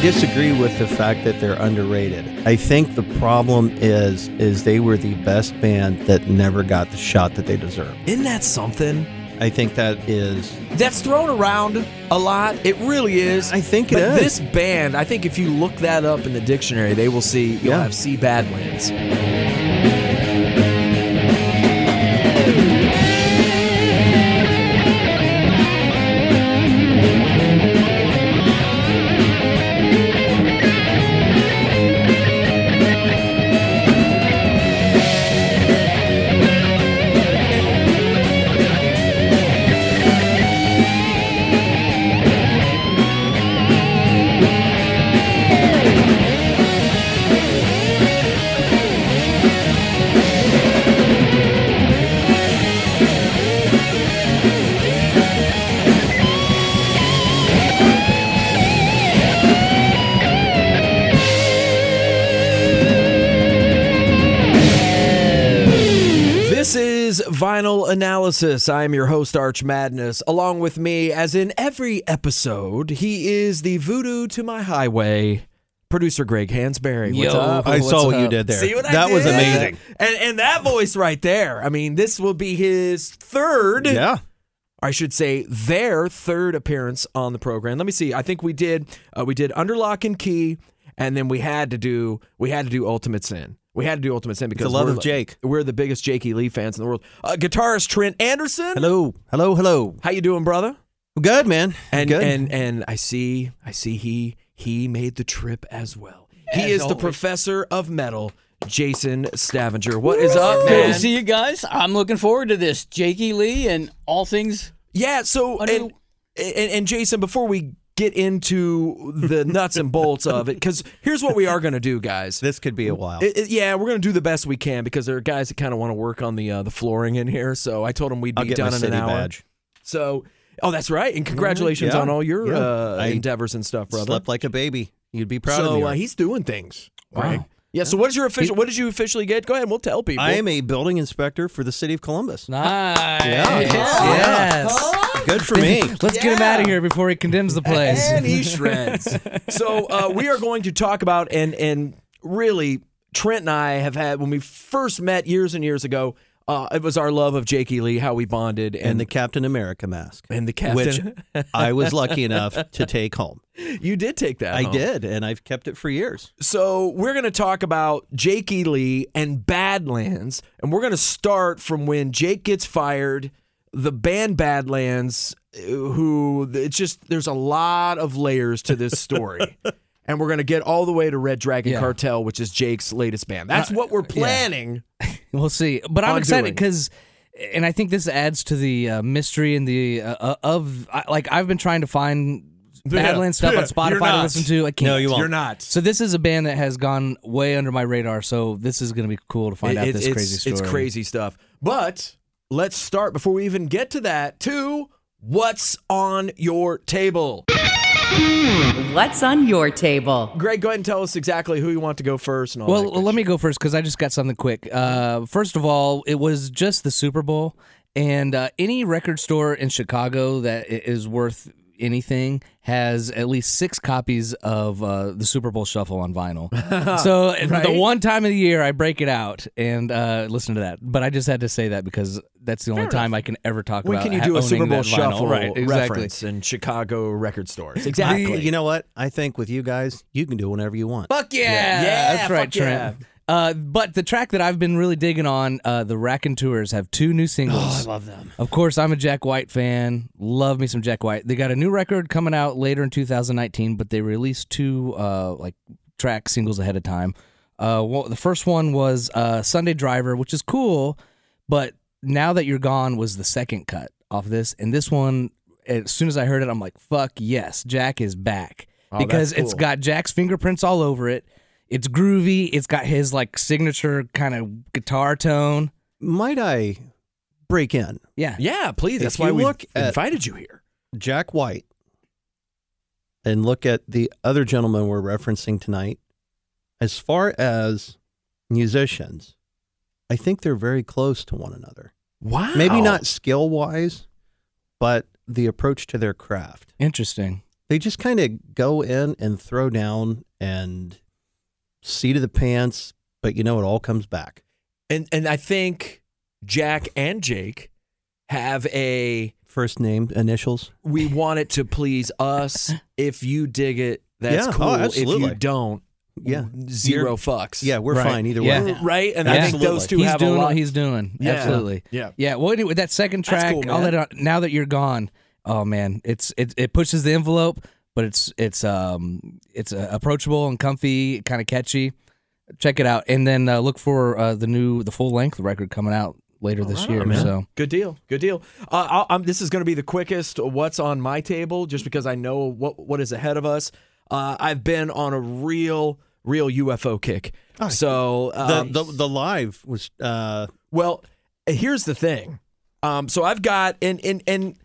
disagree with the fact that they're underrated. I think the problem is is they were the best band that never got the shot that they deserved. Isn't that something? I think that is That's thrown around a lot. It really is. I think it but is. This band, I think if you look that up in the dictionary, they will see you'll Yeah. have C Badlands. This is Vinyl Analysis. I am your host, Arch Madness. Along with me, as in every episode, he is the voodoo to my highway. Producer Greg Hansberry. What's Yo. up? Uh, I saw what's what you up? did there. See what I that was did? amazing. And and that voice right there. I mean, this will be his third, Yeah. or I should say, their third appearance on the program. Let me see. I think we did uh, we did Under Lock and Key, and then we had to do we had to do Ultimate Sin. We had to do Ultimate Sin because love we're of the- Jake. We're the biggest Jakey Lee fans in the world. Uh, guitarist Trent Anderson. Hello. Hello, hello. How you doing, brother? Good, man. And Good. and and I see I see he he made the trip as well. He As is the always. professor of metal, Jason Stavinger. What is up, man? Good to see you guys. I'm looking forward to this. Jakey Lee and all things. Yeah. So Under- and, and and Jason, before we get into the nuts and bolts of it, because here's what we are going to do, guys. this could be a while. It- it- yeah, we're going to do the best we can because there are guys that kind of want to work on the uh, the flooring in here. So I told them we'd I'll be get my done in city an hour. badge. Mm-hmm. So. Oh, that's right! And congratulations Yeah, on all your yeah. uh, I endeavors and stuff, brother. Slept like a baby. You'd be proud of so me. uh, he's doing things. Wow. Greg. Yeah. So what is your official? What did you officially get? Go ahead. and We'll tell people. I am a building inspector for the city of Columbus. Nice. Yeah. Good for me. Let's get him out of here before he condemns the place. And he shreds. so uh, we are going to talk about and and really Trent and I have had when we first met years and years ago. Uh, it was our love of Jakey Lee, how we bonded, and, and the Captain America mask, and the which captain. I was lucky enough to take home. you did take that. I home. did, and I've kept it for years. So we're going to talk about Jakey Lee and Badlands, and we're going to start from when Jake gets fired. The band Badlands, uh, who it's just there's a lot of layers to this story, and we're going to get all the way to Red Dragon Yeah. Uh, Cartel, which is Jake's latest band. That's what we're planning. We'll see. But I'm On excited doing. because, and I think this adds to the uh, mystery and the uh, uh, of I, like I've been trying to find Badlands stuff on Spotify to not. listen to. I can't. You're not. So this is a band that has gone way under my radar. So this is going to be cool to find out It- this it's, crazy story. It's crazy stuff. But let's start before we even get to that. To what's on your table? What's on your table? Greg, go ahead and tell us exactly who you want to go first. And all Well, that good let me go first because I just got something quick. Uh, first of all, it was just the Super Bowl, and uh, any record store in Chicago that i- is worth anything has at least six copies of uh, the Super Bowl Shuffle on vinyl. so the one time of the year I break it out and uh, listen to that. But I just had to say that because that's the only time I can ever talk When about. can you ha- do a owning Super Bowl that vinyl. shuffle right, exactly. reference in Chicago record stores? I- you know what? I think with you guys, you can do whenever you want. Fuck yeah. Yeah, That's right, fuck Trent. Uh, but the track that I've been really digging on, uh, the Raconteurs have two new singles. Oh, I love them. Of course, I'm a Jack White fan. Love me some Jack White. They got a new record coming out later in 2019, but they released two uh, like track singles ahead of time. Uh, well, the first one was uh, Sunday Driver, which is cool, but now that you're gone was the second cut off this, and this one. As soon as I heard it, I'm like, "Fuck yes, Jack is back!" Oh, that's because it's cool. got Jack's fingerprints all over it. It's groovy. It's got his like signature kind of guitar tone. Might I break in? Yeah. yeah, please. If That's why you we look at- invited you here. Jack White and look at the other gentleman we're referencing tonight, as far as musicians, I think they're very close to one another. Wow. Maybe not skill wise, but the approach to their craft. Interesting. They just kind of go in and throw down and see to the pants, but you know it all comes back. And and I think Jack and Jake have a First name, initials. we want it to please us. If you dig it, that's Yeah, oh, cool. If absolutely. you don't, Yeah. 0 You're- fucks. Yeah, we're Right. fine either Yeah. way. right. And I Yeah. think those Absolutely. two he's have doing a lot. what he's doing. Yeah. Absolutely. Yeah. Yeah. Well, anyway, that second That's track, cool, all man. that. Now that you're gone, oh man, it's it it pushes the envelope, but it's it's um it's uh, approachable and comfy, kind of catchy. Check it out, and then uh, look for uh, the new the full length record coming out later this year. man. So Good deal. Good deal. Uh, I'll, I'm, this is going to be the quickest. What's on my table? Just because I know what what is ahead of us. Uh, I've been on a real, real UFO kick. so The, um, the the live was uh Well, here's the thing. Um, so I've got and and and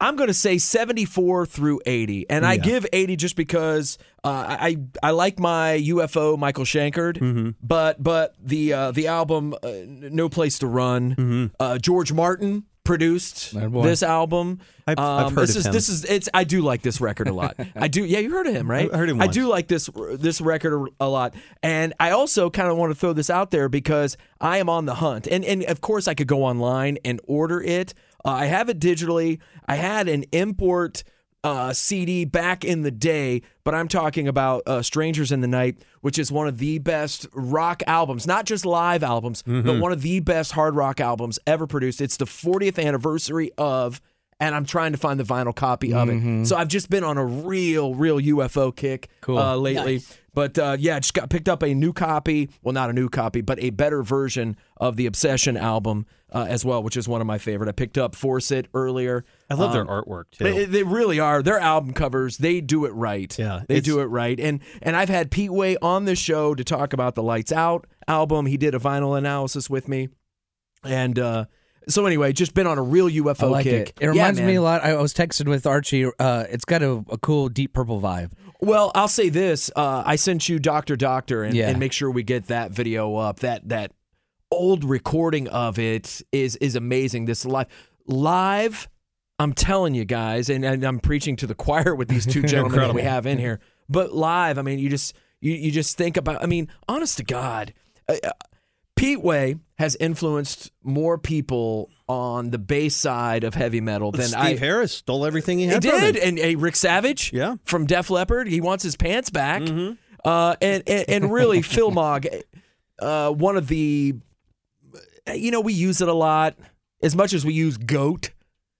I'm going to say 74 through 80, and I Yeah. give 80 just because uh, I I like my UFO Michael Shankard, Mm-hmm. but but the uh, the album uh, No Place to Run, Mm-hmm. uh, George Martin produced That boy. this album. Um, I've- I've heard this of is him. this is it's I do like this record a lot. I do. Yeah, you heard of him, right? I heard him I once. do like this this record a lot, and I also kind of want to throw this out there because I am on the hunt, and and of course I could go online and order it. Uh, I have it digitally. I had an import uh, CD back in the day, but I'm talking about uh, "Strangers in the Night," which is one of the best rock albums, not just live albums, Mm-hmm. but one of the best hard rock albums ever produced. It's the 40th anniversary of and I'm trying to find the vinyl copy Mm-hmm. of it. So I've just been on a real, real UFO kick uh, lately. But uh, yeah, just got picked up a new copy. Well, not a new copy, but a better version of the Obsession album uh, as well, which is one of my favorite. I picked up Force It earlier. I love their artwork too. They, they really are. Their album covers, they do it right. Yeah, they it's- do it right. And and I've had Pete Way on this show to talk about the Lights Out album. He did a vinyl analysis with me, and uh, so anyway, just been on a real UFO I like kick. it. It Yeah, reminds me man. a lot. I was texting with Archie. Uh, it's got a, a cool deep purple vibe. Well, I'll say this: uh, I sent you Doctor Doctor, and, Yeah. and make sure we get that video up. That that old recording of it is is amazing. This live live, I'm telling you guys, and, and I'm preaching to the choir with these two gentlemen that we have in here. But live, I mean, you just you you just think about. I mean, honest to God, uh, uh, Pete Way has influenced more people on the bass side of heavy metal than Steve I Harris stole everything he had. he from did, Uh, him. and hey, Rick Savage, Yeah. from Def Leppard, he wants his pants back. Mm-hmm. Uh, and, and and really, Phil Mogg, uh, one of the, you know, we use it a lot. As much as we use goat,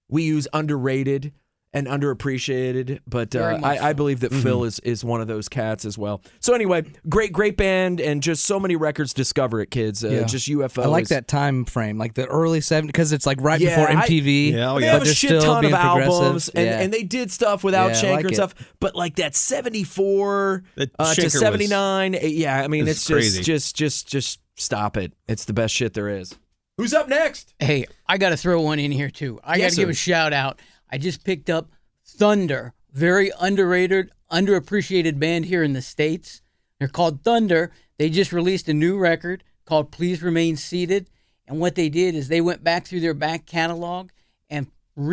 we use underrated and underappreciated. But Very uh, much I, I believe Mm-hmm. that Phil is is one of those cats as well. So anyway, great great band, and just so many records. Discover it, kids. Uh, Yeah. Just UFO. I like that time frame, like the early 70s, because it's like right Yeah, before I- MTV. Yeah, oh but they yeah. have a they're shit still ton of being progressive. albums, and, Yeah. and they did stuff without Yeah, I Shanker like and it. stuff. But like that seventy four That uh, Shanker to was- seventy nine, yeah. I mean, This it's is just, crazy. just, just, just stop it. It's the best shit there is. Who's up next? Hey, I got to throw one in here too. I Yes, got to give sir. a shout out. I just picked up Thunder, very underrated, underappreciated band here in the states. They're called Thunder. They just released a new record called Please Remain Seated, and what they did is they went back through their back catalog and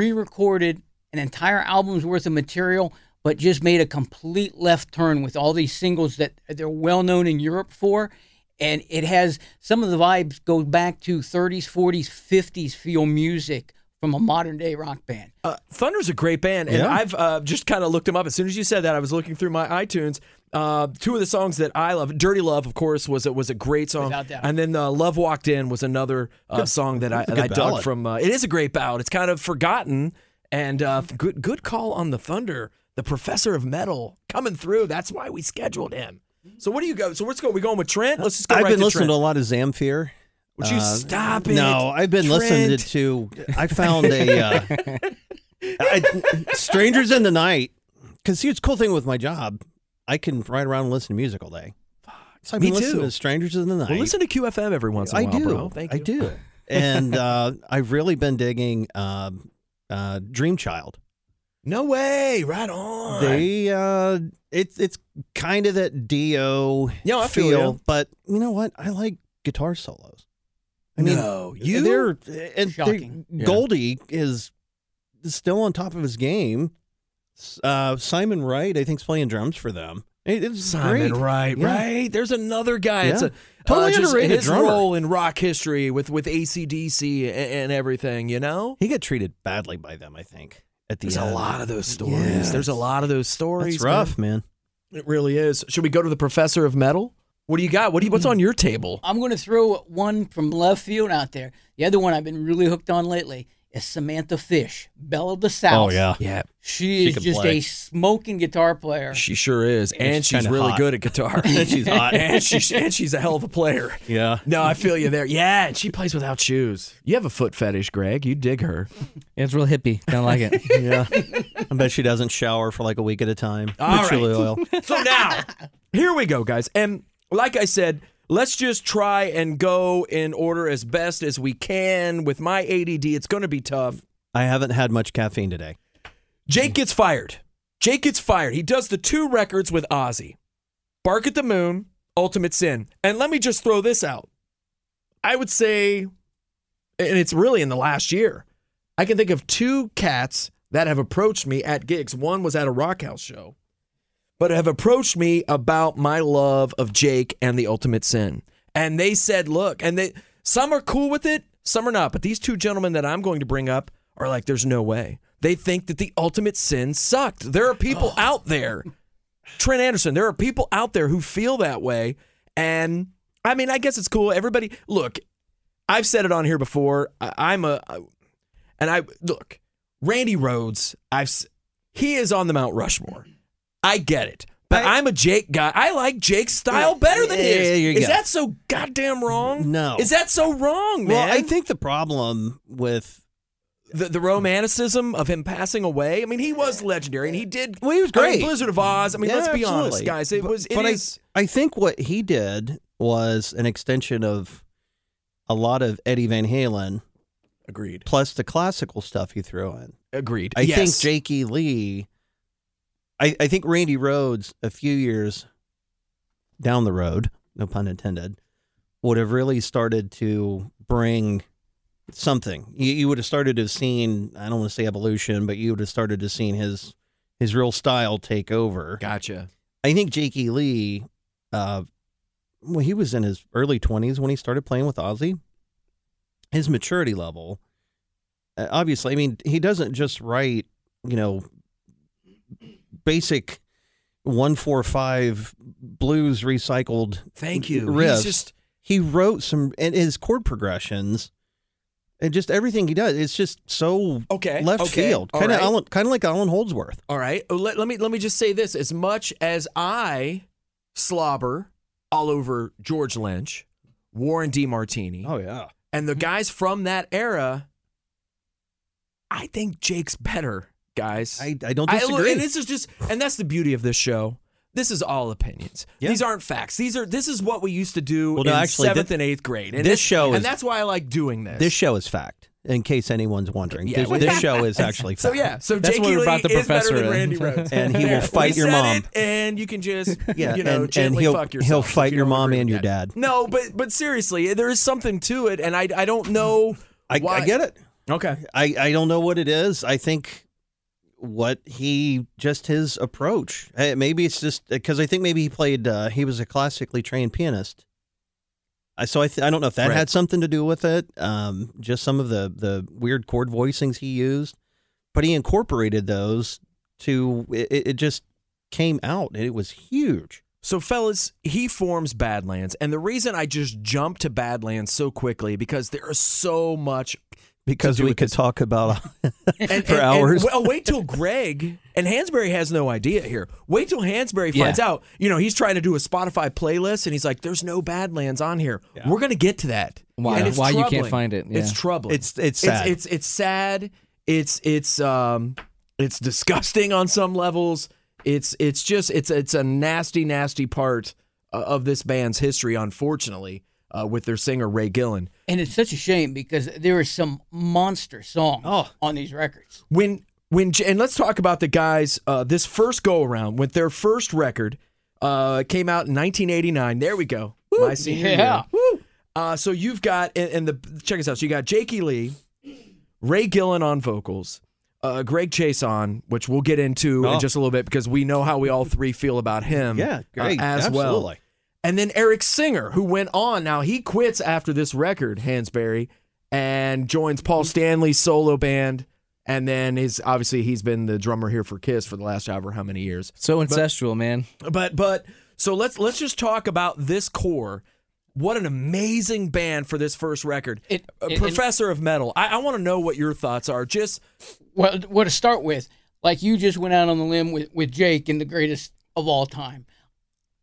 re-recorded an entire album's worth of material, but just made a complete left turn with all these singles that they're well known in Europe for and it has some of the vibes go back to 30s, 40s, 50s feel music from a modern day rock band. Uh, Thunder's a great band, and Yeah. I've uh, just kind of looked them up. As soon as you said that, I was looking through my iTunes. Uh, two of the songs that I love, "Dirty Love," of course, was a, was a great song, Without doubt. and then uh, "Love Walked In" was another uh, song that I a that I good dug ballad. from. Uh, it is a great ballad. It's kind of forgotten, and uh, good good call on the Thunder, the professor of metal coming through. That's why we scheduled him. So what do you go? So what's going? We going with Trent? Let's just go I've right been to listening to a Trent. lot of Zamfir. Would you stop it? No, I've been listening Trent. to. I found a uh, I, "Strangers in the Night" because here's the cool thing with my job, I can ride around and listen to music all day. So I've Me been listening too. to "Strangers in the Night." Well, listen to QFM every once in a I while, do. bro. Thank you. I do. and uh, I've really been digging um, uh, "Dream Child." No way. Right on. They uh, it's it's kind of that Dio Yeah, I feel feel, ya. but you know what? I like guitar solos. I mean, no, you. they're and they- Shocking. Goldie is still on top of his game. Uh, Simon Wright, I think's playing drums for them. It- it's Simon great. Wright, Yeah. right? There's another guy. It's Yeah. a uh, Totally just underrated his drummer. role in rock history with with ACDC and, and everything. You know, He got treated badly by them, I think. At the there's end. a lot of those stories. Yes. There's a lot of those stories. That's rough, man. man. It really is. Should we go to the professor of metal? What do you got? What do you, what's on your table? I'm going to throw one from left field out there. The other one I've been really hooked on lately is Samantha Fish, Belle of the Oh, South. Yeah, She is can just play. a smoking guitar player. she sure is, and, she's she's kinda really hot. good at guitar. And she's hot. and she's and she's a hell of a player. yeah. No, I feel you there. Yeah, and she plays without shoes. You have a foot fetish, Greg. You dig her. Yeah, it's real hippie. Kind of like it. Yeah. I bet she doesn't shower for like a week at a time. All With chili right. oil. So now, here we go, guys. And like I said, let's just try and go in order as best as we can. With my ADD, it's going to be tough. I haven't had much caffeine today. Jake gets fired. Jake gets fired. He does the two records with Ozzy Bark at the Moon, Ultimate Sin. And let me just throw this out. I would say, and it's really in the last year, I can think of two cats that have approached me at gigs. One was at a Rock House show, but have approached me about my love of Jake and the Ultimate Sin. And they said, look, and they some are cool with it, some are not. But these two gentlemen that I'm going to bring up are like, there's no way. They think that the Ultimate Sin sucked. There are people out there, Trent Anderson, there are people out there who feel that way. And I mean, I guess it's cool. Everybody, look, I've said it on here before. I, I'm a, and I look, Randy Rhodes. I've s- he is on the Mount Rushmore. I get it, but I, am a Jake guy. I like Jake's style better than Yeah, his. yeah, you go. is that so goddamn wrong? No. Is that so wrong, man? Well, I think the problem with the, the romanticism of him passing away. I mean, he was legendary, and he did. Well, he was I mean, great. Blizzard of Oz. I mean, Yeah, let's be honest, absolutely. guys. It was. It is. but I- I, think what he did was an extension of a lot of Eddie Van Halen agreed. plus the classical stuff he threw in. Agreed. I think Yes. Jake E. Lee, I, I think Randy Rhodes, a few years down the road, no pun intended, would have really started to bring something. You, you would have started to have seen, I don't want to say evolution, but you would have started to seen his his real style take over. Gotcha. I think Jake E. Lee, uh, when he was in his early 20s when he started playing with Ozzy, his maturity level, uh, obviously, I mean, he doesn't just write, you know, basic 145 blues recycled. Thank you. Riffs. He's just. He wrote some, and his chord progressions and just everything he does, it's just so Okay, left Eh, okay, field. all Kind of right. Alan, kind of like Alan Holdsworth. All right. Oh, Let, let me let me just say this: as much as I slobber all over George Lynch, Warren D. Martini, yeah. and the guys from that era, I think Jake's better, guys. I, I don't I- disagree. and this is just, and that's the beauty of this show. This is all opinions. Yeah. These aren't facts. These are. This is what we used to do Well, no, in actually, seventh thi- and eighth grade. And this it's- show and is- that's why I like doing this. This show is fact, in case anyone's wondering. Yeah, this, well, this show is actually fact. So yeah, so That's Jake where we Ely brought the is better professor than in. Randy Rhodes, And he will There. fight We your said mom. it, and you can just Yeah, you know and, and gently he'll fuck yourself. he'll if fight you your don't mom agree and your with that. dad. No, but but seriously, there is something to it, and I I don't know. I, why. I get it. Okay. I, I don't know what it is. I think what he just his approach. Eh, Maybe it's just because I think maybe he played. Uh, he was a classically trained pianist. I so I th- I don't know if that Right. had something to do with it. Um, just some of the the weird chord voicings he used, but he incorporated those to it, it it just came out and it was huge. So, fellas, he forms Badlands. And the reason I just jumped to Badlands so quickly because there is so much. because do we with could talk about um, And, for and- and hours. wa- wait till Greg and Hansberry has no idea here. Wait till Hansberry finds out. You know, he's trying to do a Spotify playlist and he's like, there's no Badlands on here. We're going to get to that. Why- And it's why you can't troubling. find it, It's yeah. troubling. It's- it's sad. It's, it's, sad. It's, it's, um, it's disgusting on some levels. It's it's just it's it's a nasty nasty part uh, of this band's history, unfortunately, uh, with their singer Ray Gillen. And it's such a shame because there are some monster songs Oh. on these records. When when J- and let's talk about the guys. Uh, this first go around with their first record uh, came out in 1989. There we go. My senior yeah. year. Uh, so you've got and, and the check this out. So you got Jakey Lee, Ray Gillen on vocals, uh, Greg Chase on, which we'll get into Oh. in just a little bit because we know how we all three feel about him. Yeah, uh, great. as well. Absolutely. And then Eric Singer, who went on. Now he quits after this record, Hansberry, and joins Paul Stanley's solo band. And then is obviously he's been the drummer here for Kiss for the last however how many years. So ancestral, man. But but so let's let's just talk about this core. What an amazing band for this first record, It- Uh, it- Professor of Metal. I, I want to know what your thoughts are. Just well, what to start with, like you just went out on the limb with, with Jake in the greatest of all time.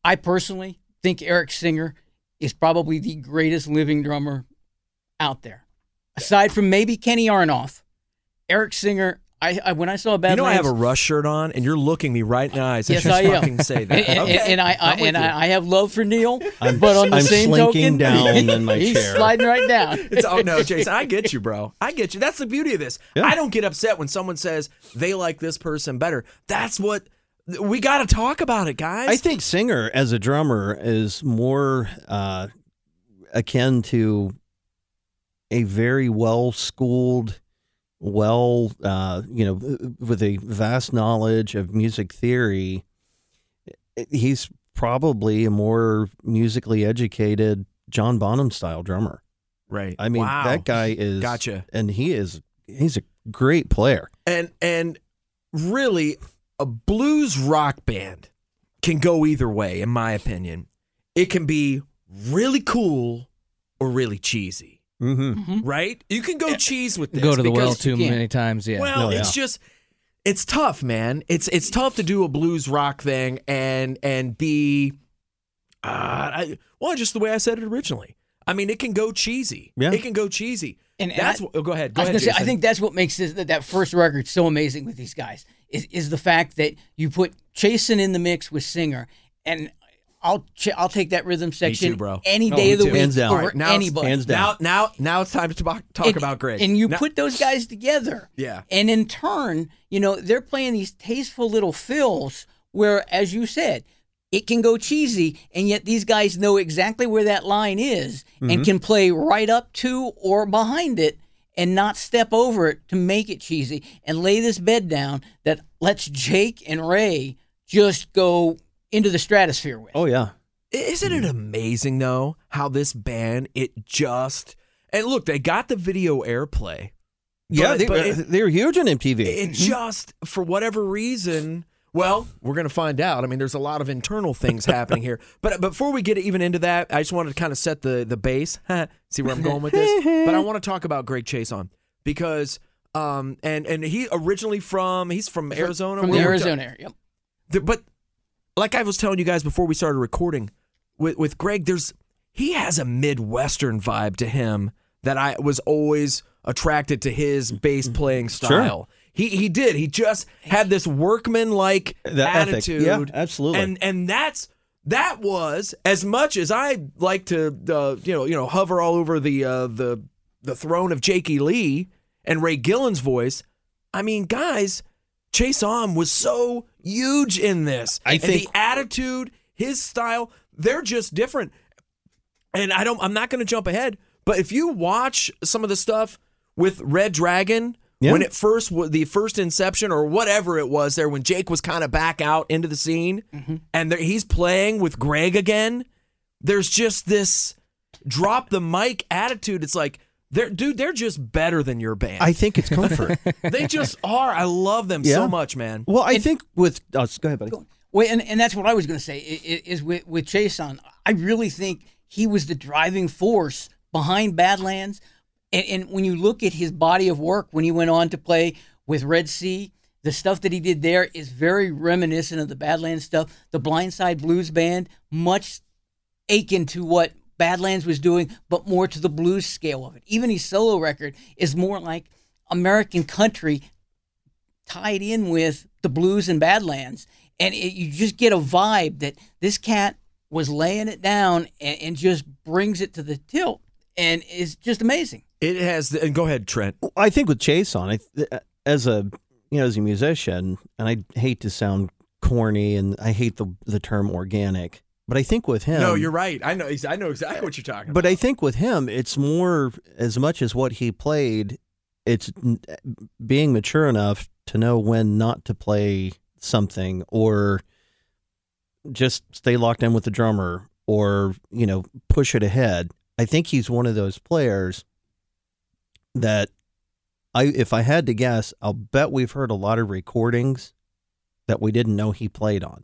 I personally think Eric Singer is probably the greatest living drummer out there. Aside from maybe Kenny Arnoff, Eric Singer, I, I when I saw Badlands, you know, I have a Rush shirt on, and you're looking me right in the eyes. Yes, I just I am. fucking say that. and, and- Okay, and I, I I'm with and you. I, I have love for Neil, I'm- but on the I'm same token, slinking down in my he's chair. sliding right down. It's oh no, Jason, I get you, bro. I get you. That's the beauty of this. I don't get upset when someone says they like this person better. That's what we got to talk about it, guys. I think Singer as a drummer is more uh, akin to a very well schooled, well, uh, you know, with a vast knowledge of music theory. He's probably a more musically educated John Bonham style drummer. right. I mean, Wow. that guy is Gotcha. and he is he's a great player. and and really a blues rock band can go either way in my opinion it can be really cool or really cheesy Mm-hmm. right you can go cheese with this Go to the well because- too yeah. many times. Yeah. well No, it's just it's tough man it's it's tough to do a blues rock thing and and be uh I, well just the way i said it originally i mean it can go cheesy Yeah. it can go cheesy And- and that's I- what, oh, go ahead go I was ahead gonna say, I Jason. think that's what makes this, that, that first record so amazing with these guys is, is the fact that you put Chasen in the mix with Singer, and I'll ch- I'll take that rhythm section bro. any No, day me of the too. week Hands down. over All right, now it's- anybody. hands down. now now now it's time to talk, talk And- about Greg And you Now- put those guys together. Yeah. And in turn, you know, they're playing these tasteful little fills where, as you said, it can go cheesy, and yet these guys know exactly where that line is Mm-hmm. and can play right up to or behind it and not step over it to make it cheesy and lay this bed down that lets Jake and Ray just go into the stratosphere with. Oh yeah. Isn't it amazing though how this band it just and look they got the video airplay. Yeah, But- they, but uh, they're huge on MTV. It just for whatever reason. Well, we're gonna find out. I mean, there's a lot of internal things happening here. But before we get even into that, I just wanted to kind of set the the base. See where I'm going with this. but I want to talk about Greg Chase on because um and and he originally from he's from Arizona. From the Where we're ta- Arizona area. Yep. there, but like I was telling you guys before we started recording with with Greg, there's he has a midwestern vibe to him that I was always attracted to his bass playing style. He he did. He just had this workman like That ethic. attitude. Yeah, absolutely. And and that's that was as much as I like to uh, you know you know hover all over the uh, the the throne of Jakey Lee and Ray Gillen's voice. I mean, guys, Chase Om was so huge in this. I And think- the attitude, his style, they're just different. And I don't. I'm not going to jump ahead, but if you watch some of the stuff with Red Dragon. Yeah. When it first was the first inception or whatever it was there when Jake was kind of back out into the scene Mm-hmm. and there, he's playing with Greg again there's just this drop the mic attitude it's like they're dude they're just better than your band I think it's comfort. they just are. I love them Yeah. so much, man. well, I think with oh, s- go ahead, buddy. Well, and, and that's what I was going to say i- i- is with with Jason. I really think he was the driving force behind Badlands, and, and when you look at his body of work, when he went on to play with Red Sea, the stuff that he did there is very reminiscent of the Badlands stuff. The Blindside Blues Band, much akin to what Badlands was doing, but more to the blues scale of it. Even his solo record is more like American country tied in with the blues and Badlands, and it, you just get a vibe that this cat was laying it down and, and just brings it to the tilt, and it's just amazing. It has. The, and go ahead, Trent. I think with Chase on, I, th- uh, as a you know as a musician, and I hate to sound corny, and I hate the the term organic, but I think with him, no, you're right. I know. ex- I know exactly what you're talking But I think with him, it's more as much as what he played it's n- eh, being mature enough to know when not to play something or just stay locked in with the drummer or you know push it ahead i think he's one of those players that i if i had to guess i'll bet we've heard a lot of recordings that we didn't know he played on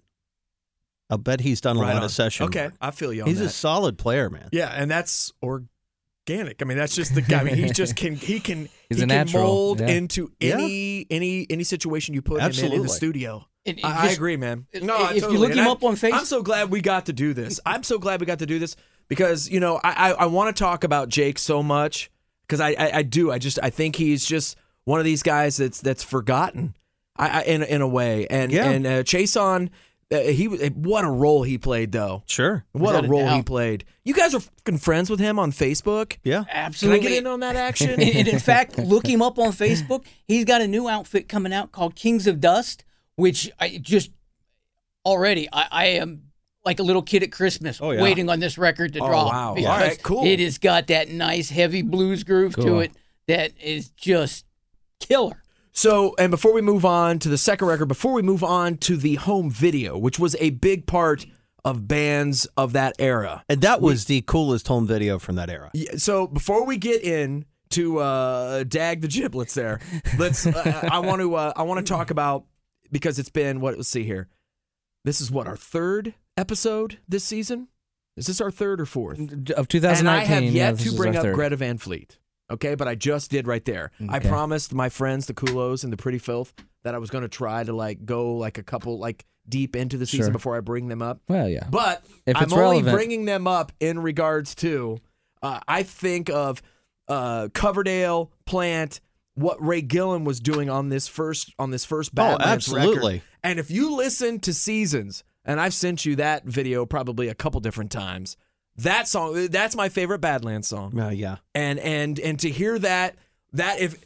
i'll bet he's done a Right lot on. of session Okay, work. I feel you on he's that. a solid player man yeah, and that's organic. I mean, that's just the guy. I mean, he just can he can he He's a can natural, mold yeah. into Yeah. any any any situation you put him in in Absolutely. the studio. And if I, I this- agree, man. if- No, I if you totally- look and him I- up on Facebook- I'm so glad we got to do this. I'm so glad we got to do this because you know I I, I want to talk about Jake so much because I, I I do. I just I think he's just one of these guys that's that's forgotten. I, I in in a way and Yeah. and uh, Chase on. Uh, he was- what a role he played though. sure What Without a a role he doubt. played. You guys are fucking friends with him on Facebook. yeah Can I Absolutely. get in on that action? and, and in fact, look him up on Facebook. He's got a new outfit coming out called Kings of Dust, which I just already I, I am like a little kid at Christmas Oh, yeah. waiting on this record to Oh, drop. wow. because All right, cool. It has got that nice heavy blues groove to Cool. it that is just killer. So, and before we move on to the second record, before we move on to the home video, which was a big part of bands of that era. and that was the coolest home video from that era Yeah, So, before we get in to uh, dag the giblets, there, let's. Uh, I want to. Uh, I want to talk about because it's been what. Let's see here. This is what our third episode this season. Is this our third or fourth? of 2019. And I have yet yeah, this to is bring our up third. Greta Van Fleet. Okay, but I just did right there. I Okay. promised my friends, the Kulos and the Pretty Filth, that I was going to try to like go like a couple like deep into the season Sure. before I bring them up. Well, yeah. But If I'm it's only relevant. bringing them up in regards to uh, I think of uh, Coverdale, Plant, what Ray Gillen was doing on this first on this first Badlands absolutely. record. And if you listen to Seasons, and I've sent you that video probably a couple different times. That song, that's my favorite Badlands song uh, yeah and and and to hear that that if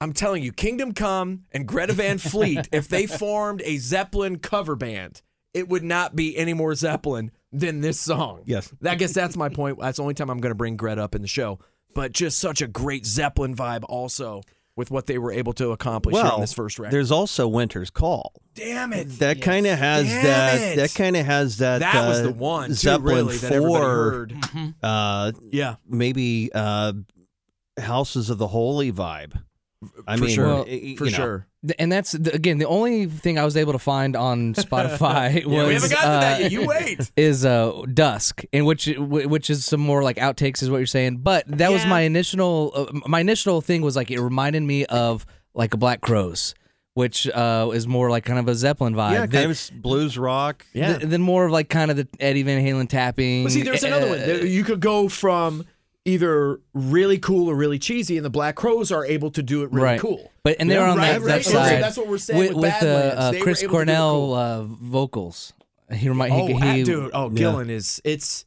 I'm telling you, Kingdom Come and Greta Van Fleet, if they formed a Zeppelin cover band, it would not be any more Zeppelin than this song. Yes. I guess that's my point. That's the only time I'm going to bring Greta up in the show. But just such a great Zeppelin vibe, also with what they were able to accomplish here on this first record. There's also Winter's Call. Damn it! That kind of has Damn that. it. That kind of has that. That was uh, the one too, Zeppelin really, that everybody four, heard. uh, Yeah, maybe uh, Houses of the Holy vibe. I for mean, sure, well, for you know. sure. Th- And that's the- again the only thing I was able to find on Spotify was we haven't gotten to that uh, yet. You wait. is uh dusk in which wh- which is some more like outtakes is what you're saying but that was Yeah. my initial uh, my initial thing was like it reminded me of like a black crows which uh is more like kind of a zeppelin vibe Yeah, kind than, of s- blues rock. Yeah. th- than more of like kind of the eddie van halen tapping But see, there's another one. There- You could go from either really cool or really cheesy, and the Black Crows are able to do it really right cool. but and they're Yeah, on right, that, right. that So side that's what we're saying with, with uh, Badlands. uh, They were able to chris do it cornell cool. uh vocals he remind oh, he, ah, he dude! Oh, Gillen is it's.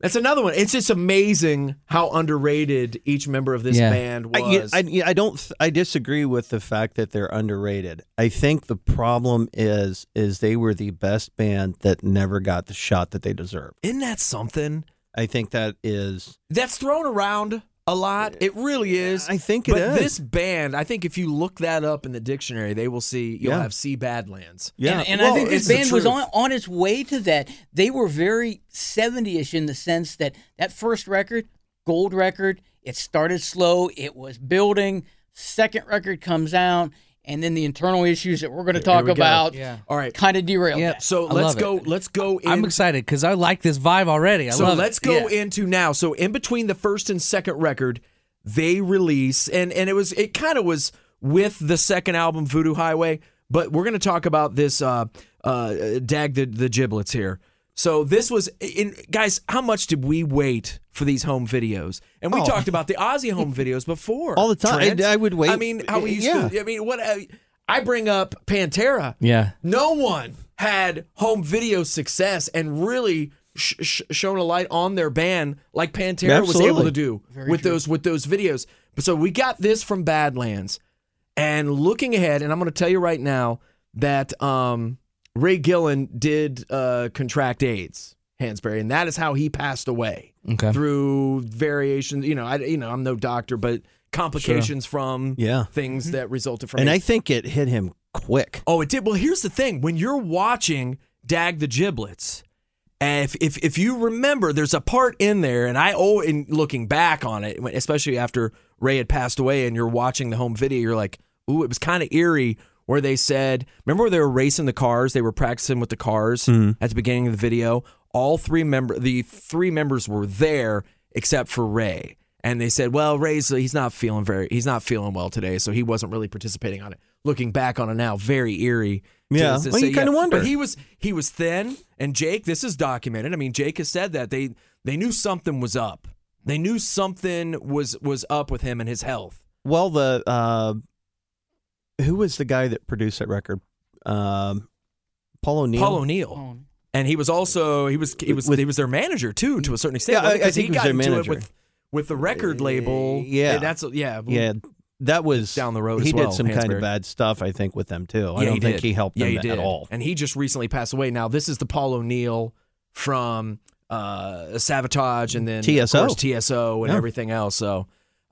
That's another one. It's just amazing how underrated each member of this Yeah. band I, you- was. I, you- I don't. th- I disagree with the fact that they're underrated. I think the problem is is they were the best band that never got the shot that they deserved. Isn't that something? I think that is. That's thrown around a lot. It really is. I think it but is. this band, I think if you look that up in the dictionary, they will see you'll Yeah. have C Badlands. yeah, And, and well, I think it's this the band was truth. on, on its way to that. They were very 70 ish in the sense that that first record, gold record, it started slow, it was building. Second record comes out, and then the internal issues that we're going to talk we go. about Yeah. All right. kind of derailed Yep. that. So I let's love it. go. Let's go. In i'm excited because i like this vibe already i so love let's it. go Yeah. into now. So in between the first and second record, they release and and it was it kind of was with the second album Voodoo Highway, but we're going to talk about this uh uh Dag the the Giblets here. So this was in guys, how much did we wait for these home videos? And we talked about the Aussie home videos before. Oh. All the time. Trent. I- I would wait. I mean, how we used Yeah. to I mean, what I, I bring up Pantera. yeah No one had home video success and really sh- sh- shown a light on their band like Pantera was able Absolutely. to do with those with those videos. But so we got this from Badlands, and looking ahead, and I'm going to tell you right now that um, Ray Gillen did uh, contract AIDS, Hansberry, and that is how he passed away okay through variations. You know, I you know I'm no doctor, but complications from Yeah. things that resulted from And it. I think it hit him quick. Oh, it did. Well, here's the thing: when you're watching Dag the Giblets, and if if if you remember, there's a part in there, and I oh, in looking back on it, when- especially after Ray had passed away, and you're watching the home video, you're like, ooh, it was kind of eerie. Where they said, remember where they were racing the cars? They were practicing with the cars Hmm. at the beginning of the video. All three member, the three members were there except for Ray and they said, "Well, Ray's he's not feeling very he's not feeling well today, so he wasn't really participating on it." Looking back on it now, very eerie. to- Yeah. to Well, you say, kinda wonder. But he was he was thin, and Jake. This is documented. I mean, Jake has said that they they knew something was up. They knew something was was up with him and his health. Well, the uh, who was the guy that produced that record? Um, Paul O'Neill. Paul O'Neill, Oh, and he was also he was he was With- he was their manager too, to a certain extent. Yeah, I- I wasn't he? 'Cause think he he was got their into manager. Uh, it with with the record label. Yeah. that's yeah Yeah, that was Down the road He as well, did some kind Hansberry. of bad stuff, I think, with them too. I Yeah, don't think did. he helped yeah, them he did. at all. And he just recently passed away. Now this is the Paul O'Neill from uh, Sabotage and then of TSO. course, TSO, and Yeah. everything else. So,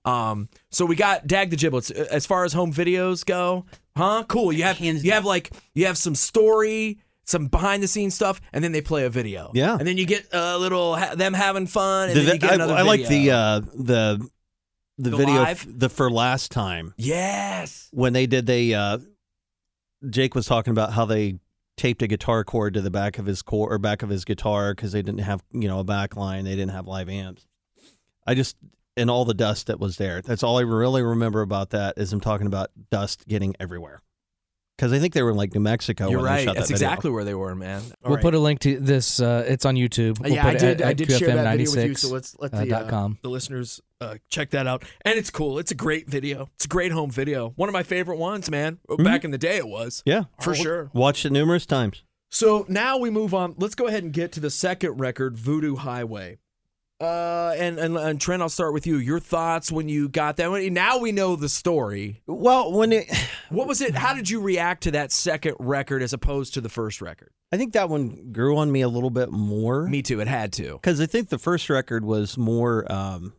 um, so we got Dag the Giblets. As far as home videos go, huh? Cool. You have Hands you down. have like you have some story. Some behind the scenes stuff, and then they play a video. Yeah. and then you get a little ha- them having fun, and The- then you get I, another. I like the video. uh, the the, The video live? the for last time yes, when they did they uh, Jake was talking about how they taped a guitar cord to the back of his core or back of his guitar because they didn't have you know a back line they didn't have live amps. I just and all the dust that was there. That's all I really remember about that is I'm talking about dust getting everywhere because I think they were in like New Mexico. you're Oh, when They right. shot That's that video. exactly where they were, man. All we'll right. put a link to this. Uh, it's on YouTube. We'll yeah, put I it did. At, I at did QFM share that 96. video with you, so let's let uh, the dot uh, com. the listeners uh, check that out. And it's cool. It's a great video. It's a great home video. One of my favorite ones, man. Uh, Mm-hmm. Back in the day, it was Yeah, for sure. watched it numerous times. So now we move on. Let's go ahead and get to the second record, Voodoo Highway. Uh, and, and and Trent, I'll start with you. Your thoughts when you got that? one. Now we know the story. Well, when it, What was it? How did you react to that second record as opposed to the first record? I think that one grew on me a little bit more Me too. It had to. because I think the first record was more um,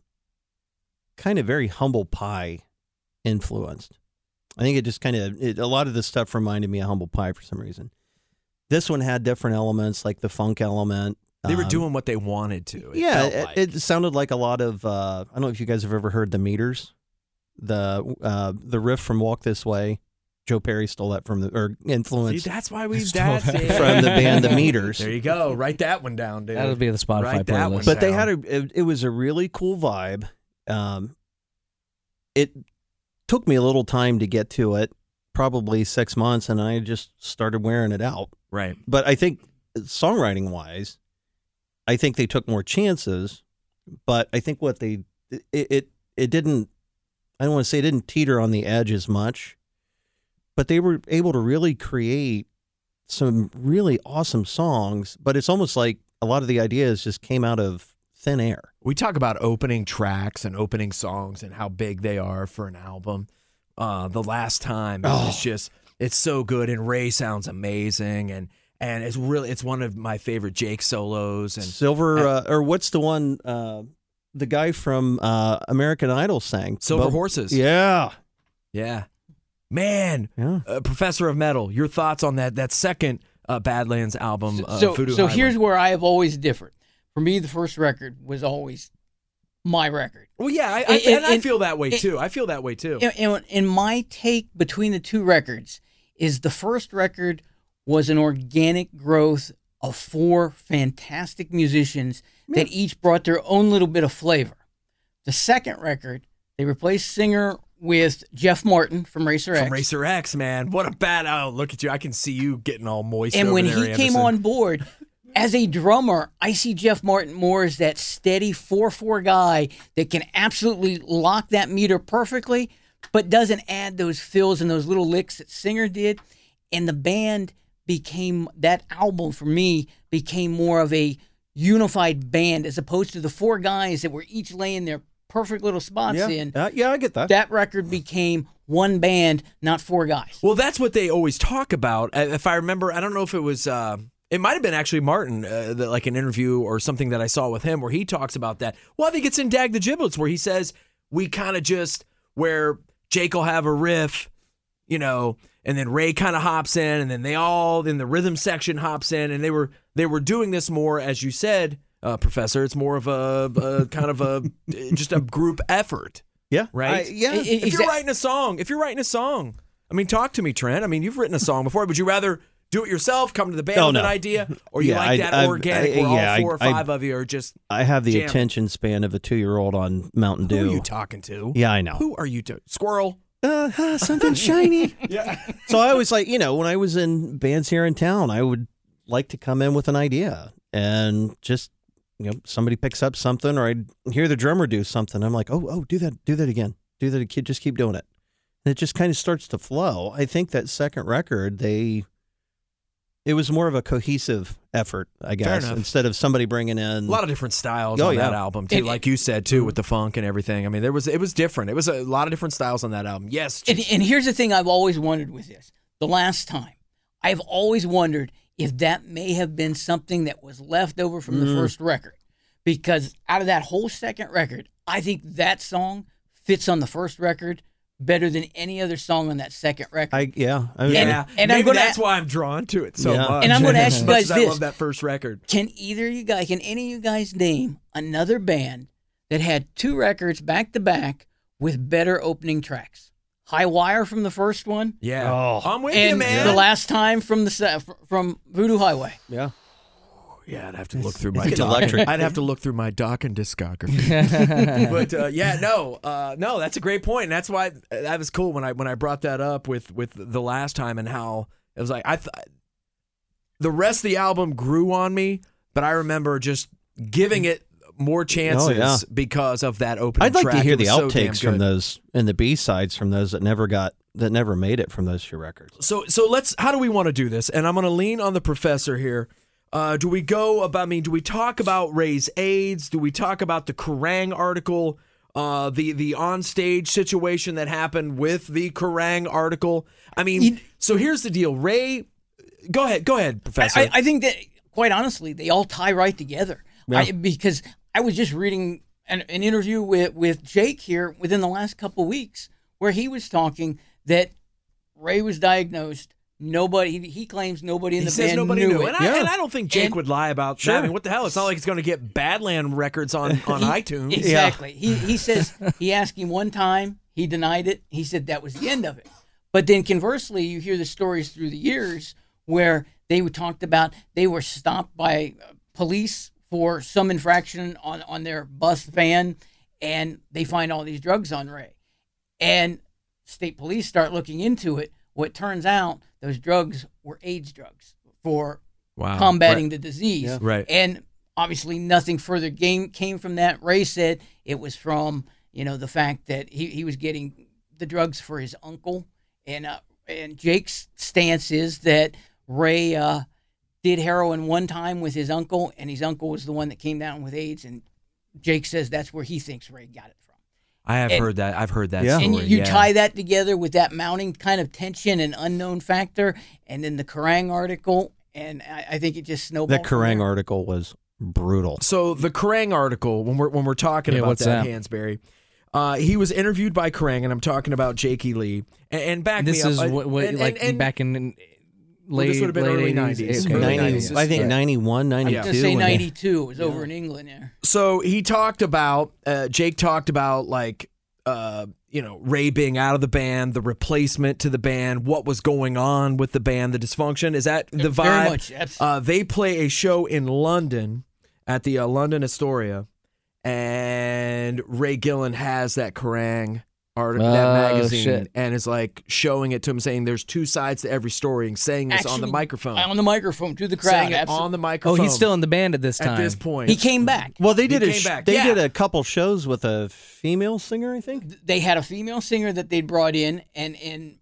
kind of very humble pie influenced. I think it just kind of it, a lot of this stuff reminded me of humble pie for some reason. This one had different elements like the funk element. They were um, doing what they wanted to. It yeah, felt it, like. it sounded like a lot of uh, I don't know if you guys have ever heard the meters, the uh, the riff from Walk This Way. Joe Perry stole that from the or See, influenced that's why we Stole that's that. it. from the band The Meters. There you go. Write that one down, dude. That'll be the Spotify Write that one playlist. down. but they had a it, it was a really cool vibe um it took me a little time to get to it probably six months and i just started wearing it out right. but i think songwriting wise i think they took more chances but i think what they it it, it didn't i don't want to say it didn't teeter on the edge as much but they were able to really create some really awesome songs but it's almost like a lot of the ideas just came out of thin air We talk about opening tracks and opening songs and how big they are for an album. Uh, the last time it Oh. was just it's so good and Ray sounds amazing and and it's really it's one of my favorite Jake solos and silver uh, or what's the one uh, the guy from uh, american idol sang Silver Bo- Horses. yeah Yeah. Man, yeah uh, Professor of Metal, your thoughts on that that second uh, Badlands album uh, so, Voodoo so Highway. here's where I have always differed. For me, the first record was always my record. Well, yeah, I, I, And- and- and I and- feel that way and- too. I feel that way too. And, and, and my take between the two records is the first record was an organic growth of four fantastic musicians that each brought their own little bit of flavor. The second record, they replaced singer with Jeff Martin from Racer X. From Racer X, man. What a bad oh, look at you. I can see you getting all moist. and over when there, he Anderson. came on board as a drummer, I see Jeff Martin more as that steady 4 4 guy that can absolutely lock that meter perfectly, but doesn't add those fills and those little licks that Singer did. And the band became that album for me became more of a unified band as opposed to the four guys that were each laying their perfect little spots yeah. in. Uh, yeah i get that That record became one band, not four guys. Well, that's what they always talk about. I- If I remember, I don't know if it was. Uh, it might have been actually Martin, uh, that, like an interview or something that I saw with him, where he talks about that. Well, I think it's in Dag the Giblets where he says we kind of just where Jake will have a riff, you know, and then Ray kind of hops in, and then they all in the rhythm section hops in, and they were they were doing this more, as you said, uh, Professor. It's more of a, a kind of a just a group effort, Yeah. right? I- yeah. I- I- If you're exa- writing a song, if you're writing a song, I mean, talk to me, Trent. I mean, you've written a song before. Would you rather do it yourself, come to the band Oh, with no. an idea, or you Yeah, like I- that I've- organic? I- where yeah, all I- four or I- five of you are just I have the Jam. attention span of a two year old on Mountain Dew. who are you talking to? yeah, I know. Who are you to? Squirrel. Uh, huh, something shiny. yeah. So I was like, you know, when I was in bands here in town, I would like to come in with an idea and just, you know, somebody picks up something or I'd hear the drummer do something. I'm like, oh, oh, do that, do that again, do that, again. just keep doing it. And it just kind of starts to flow. I think that second record, they, it was more of a cohesive effort, I guess, enough. instead of somebody bringing in A lot of different styles Oh, on that yeah. album too, And- like you said too, with the funk and everything. I mean, there was it was different. It was a lot of different styles on that album. Yes, And, and here's the thing I've always wondered with this. The last time, I've always wondered if that may have been something that was left over from Mm. the first record. Because out of that whole second record, I think that song fits on the first record better than any other song on that second record. I yeah. I And- yeah, and I'm maybe gonna- that's why I'm drawn to it so Yeah. much. And I'm gonna ask you As much guys as I this. love that first record. Can either you guys, can any of you guys name another band that had two records back to back with better opening tracks? High Wire from the first one, Yeah, Oh. I'm with you, and man. the last time from the se- from Voodoo Highway. yeah. yeah, I'd have to look through my getting doc. electric. I'd have to look through my doc and discography. but uh, yeah, no, uh, no, that's a great point. And that's why uh, that was cool when I when I brought that up with with the last time and how it was like I th- the rest of the album grew on me, but I remember just giving it more chances Oh, yeah. because of that opening. I'd like to track. hear It the was so damn outtakes from good. those and the B sides from those that never got that never made it from those two records. So so let's how do we want to do this? And I'm going to lean on the professor here. Uh, do we go about? I mean, do we talk about Ray's AIDS? Do we talk about the Kerrang article? Uh, the the on stage situation that happened with the Kerrang article. I mean, so here's the deal. Ray, go ahead, go ahead, professor. I, I think that, quite honestly, they all tie right together. I, because I was just reading an, an interview with, with Jake here within the last couple weeks where he was talking that Ray was diagnosed. Nobody, he- he claims nobody in he the says band nobody knew, it. And, I, and I don't think Jake And- would lie about that. I mean, what the hell? It's not like it's going to get Badland records on on He- iTunes. Exactly. He, he says he asked him one time, he denied it. He said that was the end of it. But then conversely, you hear the stories through the years where they were talked about they were stopped by uh, police for some infraction on, on their bus van and they find all these drugs on Ray. And state police start looking into it. What turns out those drugs were AIDS drugs for Wow. combating the disease. Right. And obviously, nothing further game came from that. Ray said it was from you know the fact that he, he was getting the drugs for his uncle, and uh, and Jake's stance is that Ray uh, did heroin one time with his uncle, and his uncle was the one that came down with AIDS, and Jake says that's where he thinks Ray got it from. I have and- heard that. I've heard that Yeah. story. And And you, you Oh, yeah. tie that together with that mounting kind of tension and unknown factor, and then the Kerrang article, and I, I think it just snowballed. That from Kerrang there. article was brutal. So the Kerrang article, when we're when we're talking Yeah, about what's that, that? Hansberry, uh, he was interviewed by Kerrang, and I'm talking about Jakey Lee. And, and back this me is up. I- what, what and- like and- and- back in, in Well, late this would've been late early 80s. 90s. Okay. Early 90, 90s. I think Right. 91, I 92. was gonna say when they- 92. It was over in England there. So he talked about uh, Jake talked about like uh, you know Ray being out of the band, the replacement to the band, what was going on with the band, the dysfunction. Is that the vibe? Very much. That's, Uh, they play a show in London at the uh, London Astoria, and Ray Gillen has that Kerrang art, that Oh, magazine, shit. and is like showing it to him, saying there's two sides to every story, and saying this on the Actually, microphone, on the microphone to the crowd. saying it absolutely. on the Oh, microphone. he's still in the band at this time. at this point. he came back. Well, they did a came sh- back. they Yeah. did a couple shows with a female singer, I think. They had a female singer that they'd brought in, and and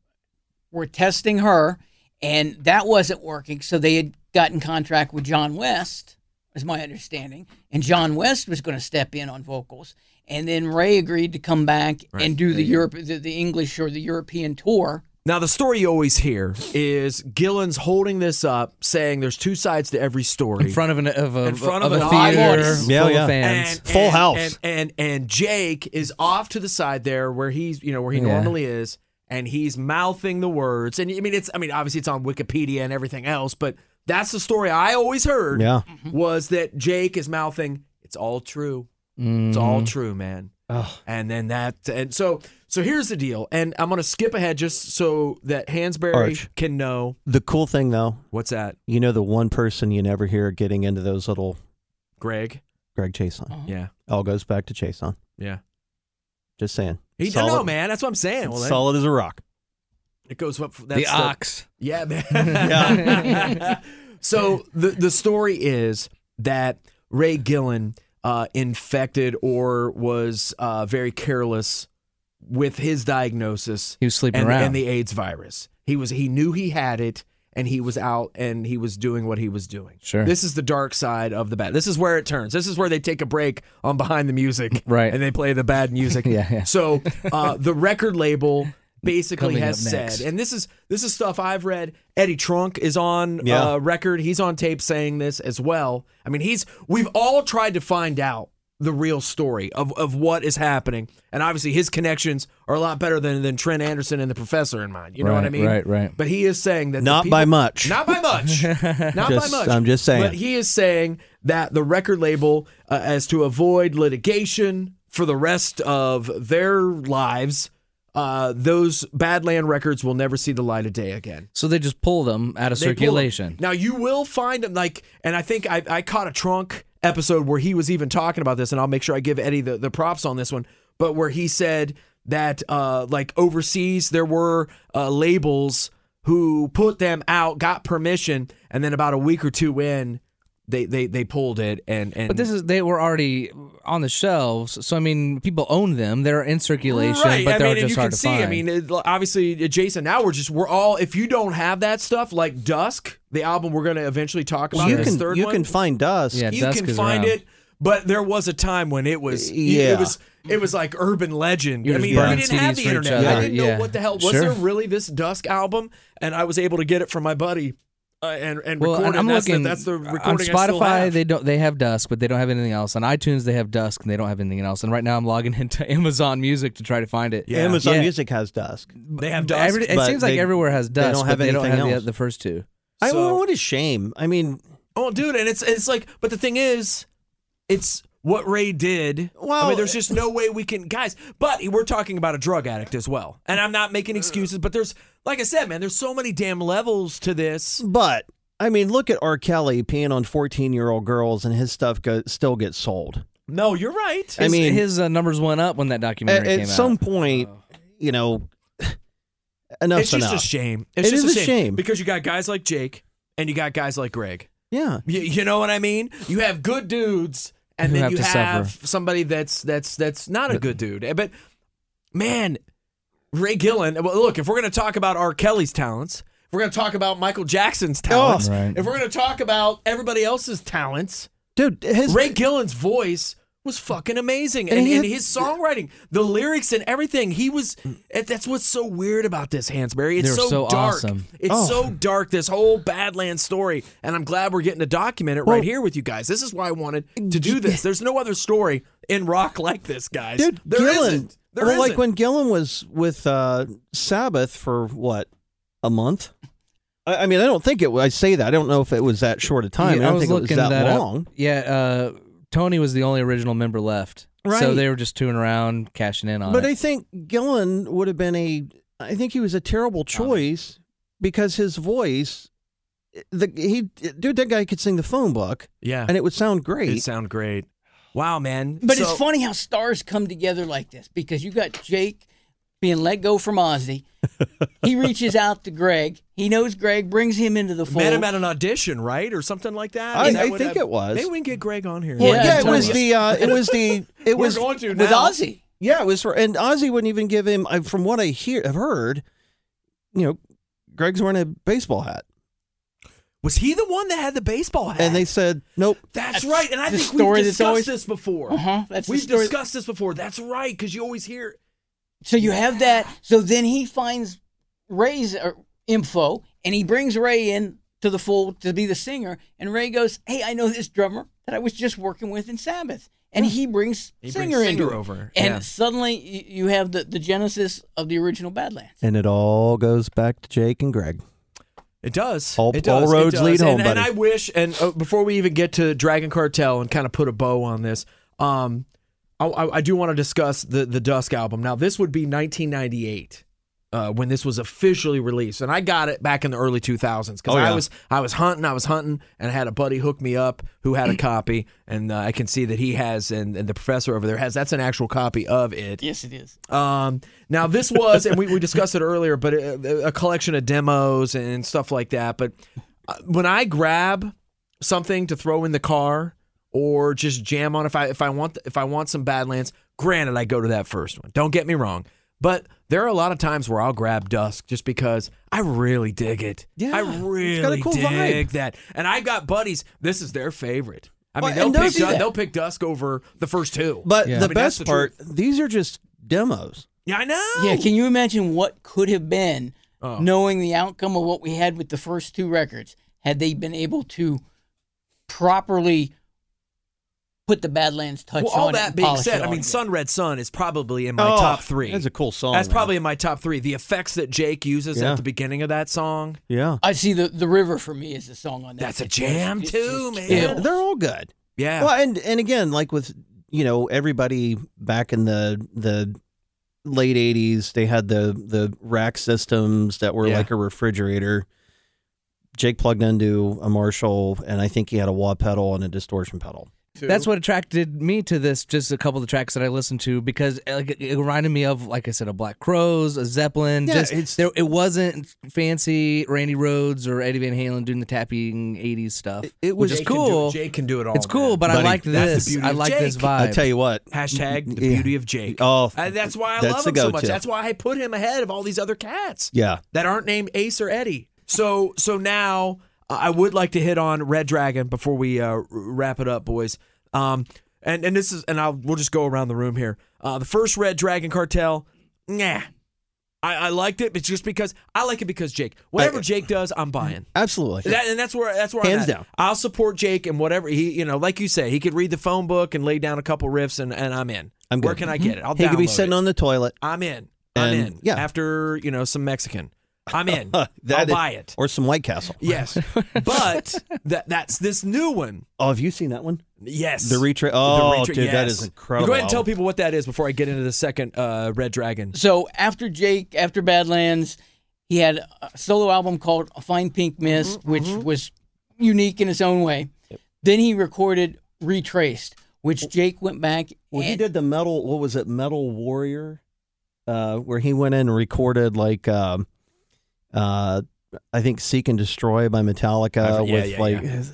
were testing her, and that wasn't working. So they had gotten contract with John West, is my understanding, and John West was going to step in on vocals, and then Ray agreed to come back and do the Europe, the, the English or the European tour Now, the story you always hear is Gillen's holding this up, saying there's two sides to every story. in front of an of a, In front of a an theater audience. full Yeah, of yeah. fans. Full house. And, and and Jake is off to the side there where he's you know where he Yeah. normally is, and he's mouthing the words. And I mean it's I mean obviously it's on Wikipedia and everything else, but that's the story I always heard. Yeah. was that Jake is mouthing, "It's all true. It's Mm. all true, man." And then that and so so here's the deal, and I'm gonna skip ahead just so that Hansberry Arch. can know The cool thing though, what's that, you know, the one person you never hear getting into those little Greg. Greg Chason. Yeah, All goes back to Chason. yeah. Just saying. He solid, don't know, man. That's what I'm saying. Well, then, Solid as a rock. it goes up. That's the ox. Yeah, man. yeah. so the the story is that Ray Gillen uh, infected or was uh, very careless with his diagnosis He was sleeping and, around. and the AIDS virus. He was he knew he had it and he was out and he was doing what he was doing. Sure. This is the dark side of the bad. This is where it turns. This is where they take a break on behind the music. Right. And they play the bad music. Yeah, yeah. So uh, the record label basically Coming has up next. said, and this is this is stuff I've read. Eddie Trunk is on Yeah. uh, record. He's on tape saying this as well. I mean, he's we've all tried to find out the real story of, of what is happening. And obviously his connections are a lot better than, than Trent Anderson and the professor in mind. You know what I Right, mean? right, right. But he is saying that the Not by people- much. Not by much. Not Just- by much. I'm just saying. But he is saying that the record label, uh, as to avoid litigation for the rest of their lives, uh, those Badland records will never see the light of day again. So they just pull them out of They pull them. circulation. Now you will find them like, and I think I, I caught a trunk episode where he was even talking about this, and I'll make sure I give Eddie the, the props on this one. But where he said that uh, like overseas there were uh, labels who put them out, got permission, and then about a week or two in, they they they pulled it and and. But this is they were already on the shelves, so I mean, people own them. They're in circulation, Right, but I they're mean, and just you hard can to see. find. I mean, it, obviously, uh, Jason. Now we're just we're all. If you don't have that stuff, like Dusk, the album we're going to eventually talk about, You this can third you one, can find us. Yeah. you Dusk can is find around. it. But there was a time when it was, Yeah. it was, it was like urban legend. You're I just mean, we burning didn't have CDs the for each internet. I other. didn't know Yeah. what the hell was Sure. there really this Dusk album, and I was able to get it from my buddy, uh, and and well, record and it. I'm that's looking. the, that's the on recording I still Spotify, have. they don't. They have Dusk, but they don't have anything else. On iTunes, they have Dusk, and they don't have anything else. And right now, I'm logging into Amazon Music to try to find it. Yeah. Amazon Yeah. Music has Dusk. they have But Dusk. every- it but seems like they- everywhere has they Dusk, don't have but they don't anything have the, else. the first two. I So- well, what a shame. I mean, Oh, dude, and it's it's like, but the thing is, it's what Ray did. I Well- mean, there's just no way we can, guys. But we're talking about a drug addict as well, and I'm not Uh, making excuses. But there's, like I said, man, there's so many damn levels to this. but I mean, look at R. Kelly peeing on 14 year old girls, and his stuff go, still gets sold. No, you're right. I His- mean, his uh, numbers went up when that at, documentary at came some out. point, you know, enough's It's just enough. a shame. It's It just is a a shame, shame. because you got guys like Jake and you got guys like Greg. Yeah. You, you know what I mean? You have good dudes, and Who then have you to have suffer. somebody that's that's that's not a good dude. Eh, But man, Ray Gillen. Well, look, if we're gonna talk about R. Kelly's talents, if we're gonna talk about Michael Jackson's Oh. talents, Right. if we're gonna talk about everybody else's talents, Dude, his. Ray Gillen's voice was fucking amazing, and, And he and had- his songwriting, the lyrics, and everything. He was. and That's what's so weird about this Hansberry. It's They're so, so dark. awesome. It's Oh. so dark. This whole Badlands story, and I'm glad we're getting to document it Well- right here with you guys. This is why I wanted to do this. There's no other story in rock like this, guys. Dude, there Gillen. not There well, like isn't. when Gillen was with uh, Sabbath for what a month. I, I mean, I don't think it. I say that I don't know if it was that short a time. Yeah, I don't was think it was looking that, that up. long. Yeah, uh, Tony was the only original member left, Right. so they were just touring around, cashing in on But it. I think Gillen would have been a. I think he was a terrible choice because his voice, the he dude that guy could sing the phone book yeah, and it would sound it great. sound great. Wow, man. But So- it's funny how stars come together like this because you got Jake being let go from Ozzy. he reaches out to Greg. He knows Greg, brings him into the fold. Met him at an audition, right, or something like that. I- Is that I what think it was. Maybe we can get Greg on here. Well, yeah, it was totally. the. Uh, it was the. It was We're going to with now. Ozzy. Yeah, it was for, and Ozzy wouldn't even give him. I, from what I hear, have heard, you know, Greg's wearing a baseball hat, Was he the one that had the baseball hat? and they said, "Nope, that's, right. And I the think story we've that's discussed always- this before. Uh-huh, that's the we've story- discussed this before. That's right, because you always hear So you have that. So then he finds Ray's uh, info, and he brings Ray in to the fold to be the singer. And Ray goes, "Hey, I know this drummer that I was just working with in Sabbath." And he brings He brings singer into Singer it. over, and yeah. suddenly y- you have the, the genesis of the original Badlands. And it all goes back to Jake and Greg. It does. All- it does. all It roads does. lead and, home, And buddy. I wish, and uh, before we even get to Dragon Cartel and kind of put a bow on this, um, I, I, I do want to discuss the the Dusk album. Now, this would be 1998 uh, when this was officially released, and I got it back in the early 2000s because Oh, yeah. I was I was hunting, I was hunting, and I had a buddy hook me up who had a copy, and uh, I can see that he has, and, and the professor over there has. That's an actual copy of it. Yes, it is. Um, now this was, and we, we discussed it earlier, but uh, a, a collection of demos and stuff like that. But uh, when I grab something to throw in the car or just jam on, if I if I want if I want some Badlands, granted I go to that first one. Don't get me wrong, but there are a lot of times where I'll grab Dusk just because I really dig it. Yeah, I it's got a really cool vibe. dig that, and I've got buddies. This is their favorite. I mean, Well, and they'll those pick do Dusk, that. they'll pick Dusk over the first two. But Yeah. the I mean, best that's the part, these are just demos. yeah, I know. Yeah, can you imagine what could have been Oh. Oh. knowing the outcome of what we had with the first two records had they been able to properly put the Badlands touch Well, all on it that and being polish it said, I all mean, together. Sun Red Sun is probably in my Oh, top three. That's a cool song. That's man. probably in my top three. The effects that Jake uses Yeah. at the beginning of that song. Yeah. I see the the river for me is the song on that. That's a It's just- jam it's too, man. just kills. They're all good. Yeah. Well, and and again, like with you know everybody back in the the late '80s, they had the the rack systems that were Yeah. like a refrigerator. Jake plugged into a Marshall, and I think he had a wah pedal and a distortion pedal. That's what attracted me to this. Just a couple of the tracks that I listened to because uh, like, it reminded me of, like I said, a Black Crows, a Zeppelin. Yeah, just, it's- there, it wasn't fancy Randy Rhodes or Eddie Van Halen doing the tapping '80s stuff. It- it which was- is Jake can do- cool. Jake can do it all. It's cool, but I Buddy, like oh, that's the this. beauty I of like this Jake. vibe. I tell you what, Hashtag the Mm-hmm. Yeah. beauty of Jake. Oh, Uh, that's why I that's love the him so go-to. much. That's why I put him ahead of all these other cats. yeah, that aren't named Ace or Eddie. So so now uh, I would like to hit on Red Dragon before we uh, r- wrap it up, boys. Um, and and this is and I'll we'll just go around the room here. Uh, the first Red Dragon Cartel, nah. I, I liked it, but just because I like it because Jake. Whatever Jake does, I'm buying. absolutely. That, and that's where that's where Hands I'm at. down. I'll support Jake and whatever he you know, like you say, he could read the phone book and lay down a couple riffs, and, and I'm in. I'm good. Where can I get it? I'll he could be download sitting it. on the toilet. I'm in. I'm And, in. yeah. After, you know, some Mexican. I'm in. Huh, that I'll is- buy it. or some White Castle. Yes. but that that's this new one. Oh, have you seen that one? Yes. The retra- oh, dude, that is incredible. Go ahead and tell people what that is before I get into the second uh, Red Dragon. So after Jake, after Badlands, he had a solo album called A Fine Pink Mm-hmm, Mist, which was unique in its own way. Then he recorded Retraced, which Jake went back Well, he and- did the metal. What was it? Metal Warrior, uh, where he went in and recorded like, um, uh, I think "Seek and Destroy" by Metallica I've- yeah, with yeah,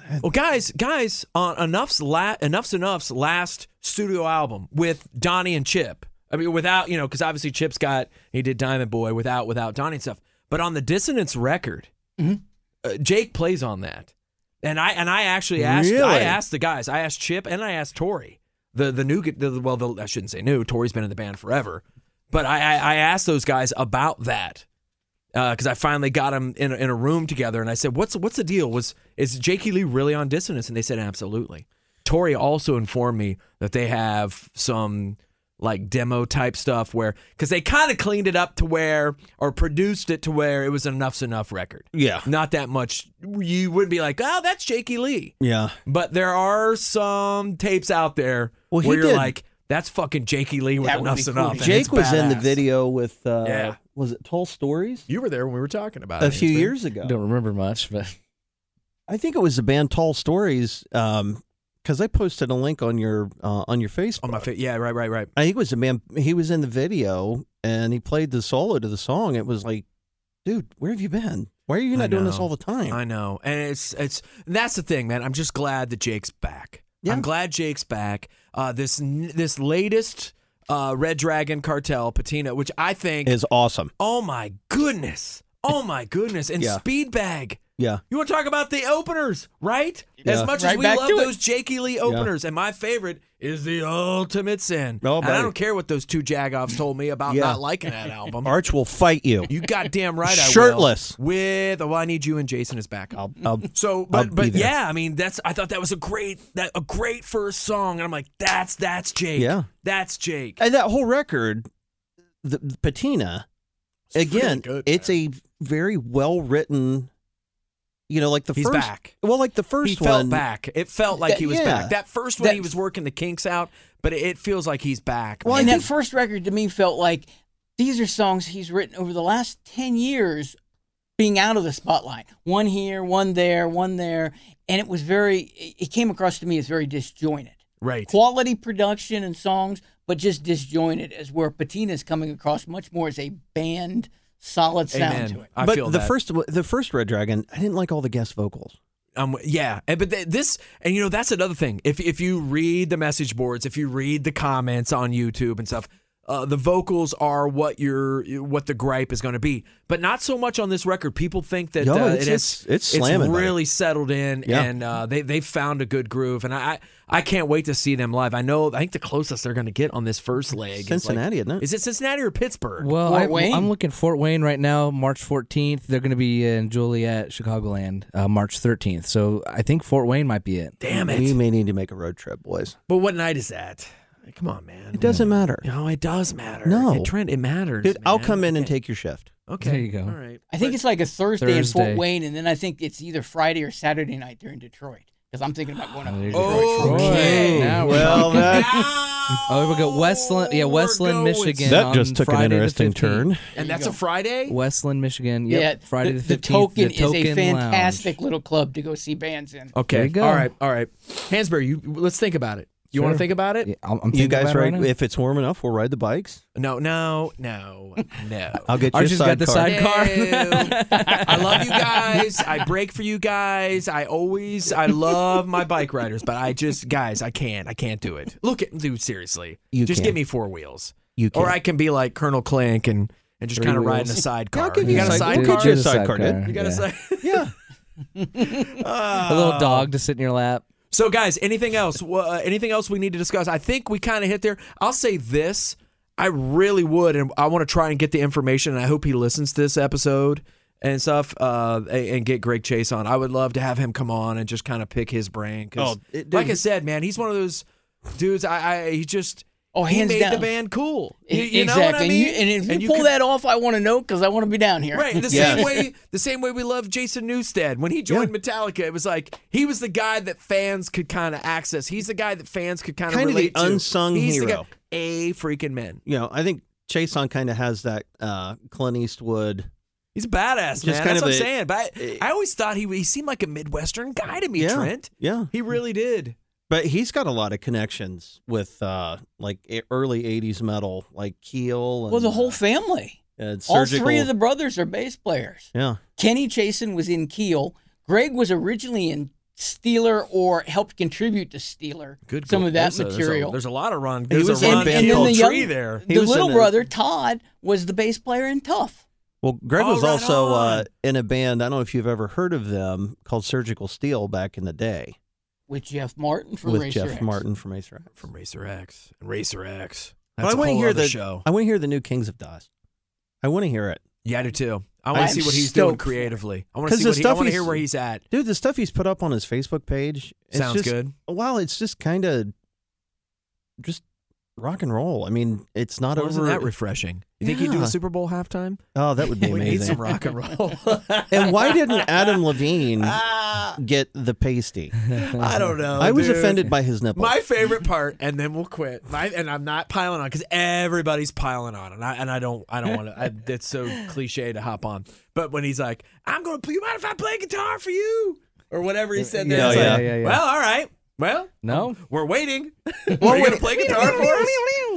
like, Well, guys, guys, on enough's la- enough's enough's last studio album with Donnie and Chip. I mean, without you know, because obviously Chip's got he did Diamond Boy without without Donnie and stuff. But on the Dissonance record, uh, Jake plays on that, and I and I actually asked Really? I asked the guys, I asked Chip and I asked Tori, the the new the, well, the, I shouldn't say new. Tori's been in the band forever, but I I, I asked those guys about that because uh, I finally got him in a, in a room together, and I said, "What's what's the deal? Was is Jakey Lee really on Dissonance?" And they said, "Absolutely." Tori also informed me that they have some like demo type stuff where because they kind of cleaned it up to where or produced it to where it was an enough's enough record. yeah, Not that much. You wouldn't be like, "Oh, that's Jakey Lee," yeah. but there are some tapes out there Well, he where you're did- like, "That's fucking Jakey Lee with That would be enough's cool. enough." and it's Jake was in the badass. video with, uh, Yeah. was it Tall Stories You were there when we were talking about it. a It's few been- years ago? I don't remember much, but I think it was the band Tall Stories, because I posted a link on your uh, on your Facebook. on my face. Yeah, right, right, right. I think it was the man. He was in the video and he played the solo to the song. It was like, dude, where have you been? Why are you I not doing this know. all the time? I know, and it's it's and that's the thing, man. I'm just glad that Jake's back. Yeah. I'm glad Jake's back. Uh, this n- this latest uh, Red Dragon Cartel patina, which I think is awesome. oh my goodness, oh my goodness, and Yeah. Speedbag. Yeah. You want to talk about the openers, right? As Yeah. much as Right we back love to it. those Jakey Lee openers, and my favorite is the Ultimate Sin. Oh, and I buddy. don't care what those two jagoffs told me about Yeah. not liking that album. Arch will fight you. You goddamn right, I will. Shirtless. with. oh, Well, I need you and Jason as backup. I'll, I'll, So, I'll but be but there. yeah, I mean, that's I thought that was a great that a great first song, and I'm like, that's that's Jake, Yeah. that's Jake. and that whole record, the, the patina, again, pretty good, it's a very well written. You know, like the He's first. back. Well, like the first he one. felt back. It felt like That- he was yeah. back. That first one, he That- was working the kinks out, but it, it feels like he's back. Well, I man. and that think- first record to me felt like these are songs he's written over the last 10 years being out of the spotlight. One here, one there, one there. And it was very, it it came across to me as very disjointed. right. Quality production and songs, but just disjointed, as where Patina's coming across much more as a band, solid sound Amen. to it. I but feel the that. first the first Red Dragon, I didn't like all the guest vocals. Um, yeah, and, but th- this, and you know, that's another thing. If if you read the message boards, if you read the comments on YouTube and stuff, uh, the vocals are what your what the gripe is going to be, but not so much on this record. People think that Yo, uh, it's- it has, it's- it's slamming, buddy. really settled in, Yeah. and uh, they they found a good groove, and I I I can't wait to see them live. I know I think the closest they're going to get on this first leg Cincinnati, is, isn't like, it? is it Cincinnati or Pittsburgh? Well, Fort I, Wayne? I'm looking Fort Wayne right now, March 14th. They're going to be in Joliet, Chicagoland, uh, March 13th. So I think Fort Wayne might be it. Damn it! We may need to make a road trip, boys. but what night is that? Come on, man. It doesn't matter. No, it does matter. No. it, Trent, it matters. Dude, I'll man. come in and take your shift. Okay, There you go. All right. I think it's like a Thursday, in Thursday. Fort Wayne, and then I think it's either Friday or Saturday night they're in Detroit. Because I'm thinking about going up to There's Detroit. Oh, for a Detroit. Okay. Now we're Well, talking. that Oh, we go Westland. Yeah, We're Westland, going- Michigan. that on just took an Friday the interesting 15th. turn. And that's a Friday. Westland, Michigan. Yep. yeah, Friday the, the, 15th. token, the token is a Lounge. fantastic little club to go see bands in. Okay. There you go. All right. All right. Hansberry, you let's think about it. You want to Sure. think about it? Yeah, I'm, I'm You thinking guys, about it right, ride, now. if it's warm enough, we'll ride the bikes. No, no, no, no. I'll get you a Archie's sidecar. got the sidecar. No. I love you guys. I break for you guys. I always, I love my bike riders, but I just, guys, I can't. I can't do it. Look at, dude, seriously. You just can. give me four wheels. You Or can. I can be like Colonel Clank and, and just Three kind of ride in a wheels. sidecar. I'll give you got a a side- sidecar? we'll get you a There's sidecar, dude. You got yeah. a side- Yeah. A little dog to sit in your lap. So, guys, anything else? Wha- Uh, anything else we need to discuss? I think we kind of hit there. I'll say this: I really would, and I want to try and get the information. And I hope he listens to this episode and stuff, uh, a- and get Greg Chase on. I would love to have him come on and just kind of pick his brain. 'cause Oh, it- dude, like I he- said, man, he's one of those dudes. I, I he just Oh, he hands made the down. band cool. E- You, you exactly. know what I And you- mean? And, if you you pull could- that off, I want to know because I want to be down here. Right, the same Yes. way the same way we love Jason Newstead when he joined Metallica, it was like he was the guy that fans could kind of access. He's the guy that fans could kind of Kinda the relate to. unsung He's The guy, hero. a freaking man. You know, I think Chason kind of has that uh, Clint Eastwood. eh, He's a badass, Just man. kind That's of what a- I'm saying. But I, a- I always thought he he seemed like a Midwestern guy to me, yeah. Trent. Yeah. He really did. But he's got a lot of connections with uh, like e- early 80s metal, like Keel. And, Well, the whole family. uh, and All surgical. three of the brothers are bass players. Yeah. Kenny Chasen was in Keel. Greg was originally in Steeler or help contribute to Steeler. some of that There's a- there's a- material. There's a, lot of Ron. He There's was a in Ron Band Hill Called the tree young- there. He the was in little a- brother Todd was the bass player in Tough. Well, Greg Oh, was right also uh, on. in a band. I don't know if you've ever heard of them called Surgical Steel back in the day With Jeff Martin from with Racer Jeff X. Martin from Acer X. From Racer X and Racer X. But That's I a wanna whole hear other the show. I want to hear the new Kings of Dust. I want to hear it, Yeah, I do too. I want I'm to see what he's doing stoked for it. creatively. I want to 'Cause see the what he, I stuff want to he's- hear where he's at. dude. The stuff he's put up on his Facebook page it's Sounds just- good. Well, it's just kind of just rock and roll. I mean, it's not Well, over. Isn't that refreshing? You think he'd do Yeah. a Super Bowl halftime? oh, that would be We need amazing. some rock and roll. and why didn't Adam Levine Ah, get the pasty? I don't know. I was dude. offended by his nipple. My favorite part, and then we'll quit. My, and I'm not piling on because everybody's piling on, and I and I don't I don't want to. It's so cliche to hop on. But when he's like, "I'm going to, you mind if I play guitar for you?" or whatever he said, there, Yeah, it's yeah, like, yeah, yeah. Well, all right. Well, um, No? we're waiting. Are you going to play guitar for us?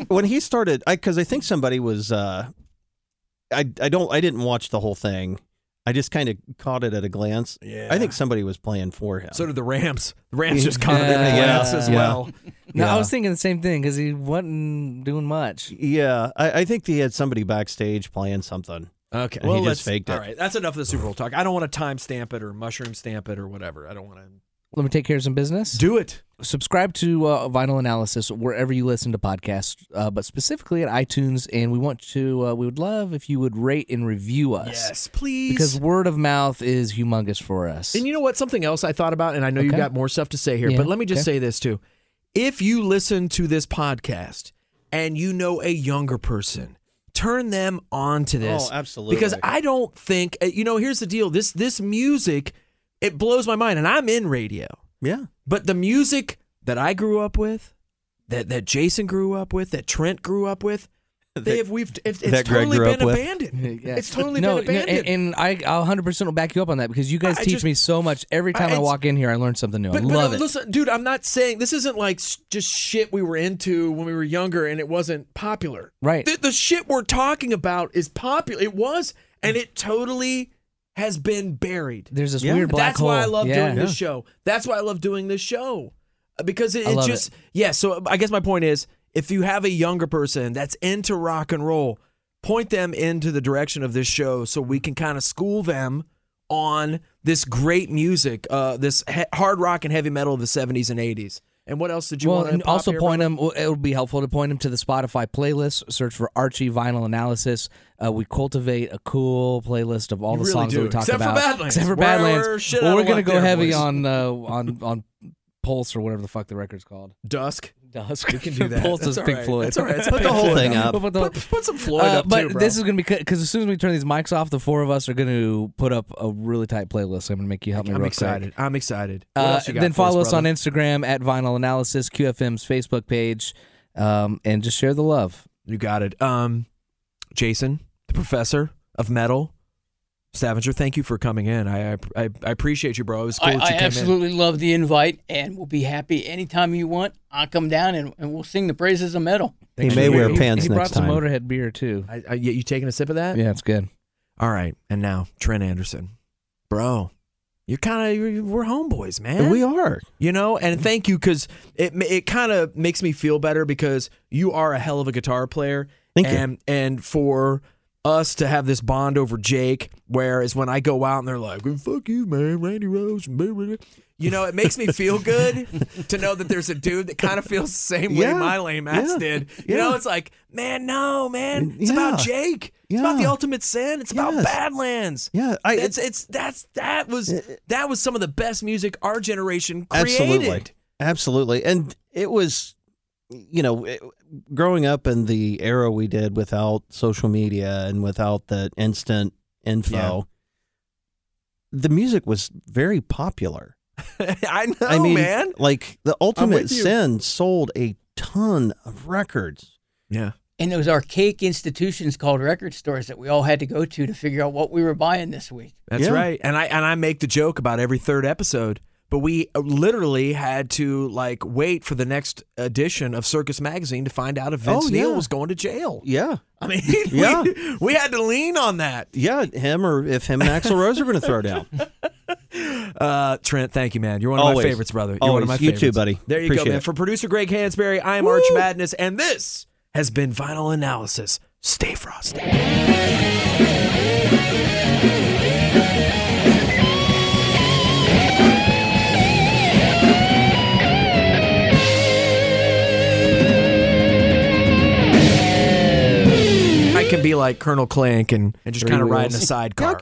when he started, I because I think somebody was. Uh, I I don't I didn't watch the whole thing. I just kind of caught it at a glance. Yeah. I think somebody was playing for him. So did the Rams. The Rams just commented Yeah. yeah, Yeah. as Yeah. well. No, I Yeah. was thinking the same thing because he wasn't doing much. yeah, I, I think he had somebody backstage playing something. Okay. He Well, just let's, faked it. All right. That's enough of the Super Bowl talk. I don't want to time stamp it or mushroom stamp it or whatever. I don't want to Let me take care of some business. do it. subscribe to uh, Vinyl Analysis wherever you listen to podcasts, uh, but specifically at iTunes. And we want to, uh, we would love if you would rate and review us Yes, please. because word of mouth is humongous for us. And you know what? Something else I thought about, and I know you've Okay. got more stuff to say here, Yeah, but let me just okay. say this too. If you listen to this podcast and you know a younger person, turn them on to this. Oh, absolutely. Because I don't think uh, you know, here's the deal. This this music, it blows my mind, and I'm in radio. Yeah. But the music that I grew up with, that that Jason grew up with, that Trent grew up with, they have we've it's, it's that Greg totally grew up been with. abandoned. Yeah. It's totally no, been no, abandoned. and, and I, I'll 100% will back you up on that because you guys I- I teach just- me so much. Every time I, it's- walk in here, I learn something new. But, I but love no, it. listen, dude, I'm not saying this isn't like s- just shit we were into when we were younger and it wasn't popular. Right. The, the shit we're talking about is popular. It was, and it totally has been buried. There's this Yeah. weird black That's hole. why I love Yeah. doing this show. That's why I love doing this show Uh, because it, I it love just yeah. So um, I guess my point is, if you have a younger person that's into rock and roll, point them into the direction of this show so we can kind of school them on this great music, uh, this he- hard rock and heavy metal of the '70s and '80s. And what else did you well, want? and also point them. It would be helpful to point them to the Spotify playlist. Search for Archie Vinyl Analysis. Uh, we cultivate a cool playlist of all You the really songs do, that we talk except for about, Badlands. except for We're- Badlands. we're shit well, out we're of gonna luck go there, heavy boys. on uh, on on Pulse or whatever the fuck the record's called. Dusk. Dusk. We can Do that. Pulse That's is all Pink right. Floyd. That's all right. It's a Put the Pink whole Floyd thing album. up. But the- Put, put some Floyd uh, up but too, bro. this is gonna be because as soon as we turn these mics off, the four of us are gonna put up a really tight playlist. I'm gonna make you help me. real I'm quick. excited. I'm excited. What Uh, else you got then for follow us, brother? on Instagram at Vinyl Analysis, QFM's Facebook page, um, and just share the love. You got it. Um, Jason, the professor of metal, Stavanger, thank you for coming in. I I, I I appreciate you, bro. It was cool I, that you I came absolutely love the invite, and we'll be happy anytime you want. I'll come down and, and we'll sing the praises of metal. He Thanks may for wear being- pants he next brought time. some Motorhead beer too. in. I, I, you you taking a sip of that? Yeah, it's good. All right. And now Trent Anderson, bro, you're kind of we're homeboys, man. And we are. you know. And Mm-hmm. thank you because it ma- it kind of makes me feel better because you are a hell of a guitar player. Thank you. and, And for us to have this bond over Jake, whereas when I go out and they're like, "Well, "Fuck you, man, Randy Rose," blah, blah, blah," you know, it makes me feel good to know that there's a dude that kind of feels the same way Yeah. my lame ass Yeah. did. You know, Yeah. it's like, man, no, man, it's about Yeah. Jake. It's about the Yeah. ultimate sin. It's about Yes. Badlands. Yeah, I- it's it's that's that Uh, was that was some of the best music our generation created. Absolutely. Absolutely. And it was, you know, it- growing up in the era we did without social media and without the instant info, Yeah. the music was very popular. I know, I mean, Oh, man. like the with Ultimate you. Sin sold a ton of records. Yeah. And those archaic institutions called record stores that we all had to go to to figure out what we were buying this week. That's Yeah. right. And I and I make the joke about every third episode, but we uh, literally had to like wait for the next edition of Circus Magazine to find out if Vince Oh, Neil yeah. was going to jail. Yeah. I mean, Yeah. we, we had to lean on that. Yeah, him or if him and Axl Rose are going to throw down. Uh, Trent, thank you, man. You're one of Always. my favorites, brother. You're one of my Always. You too, favorites. buddy. There you go, Appreciate man. it. For producer Greg Hansberry, I am Arch Madness, and this has been Vinyl Analysis. Stay frosty. I can be like Colonel Clank and, and just kind of ride in a sidecar.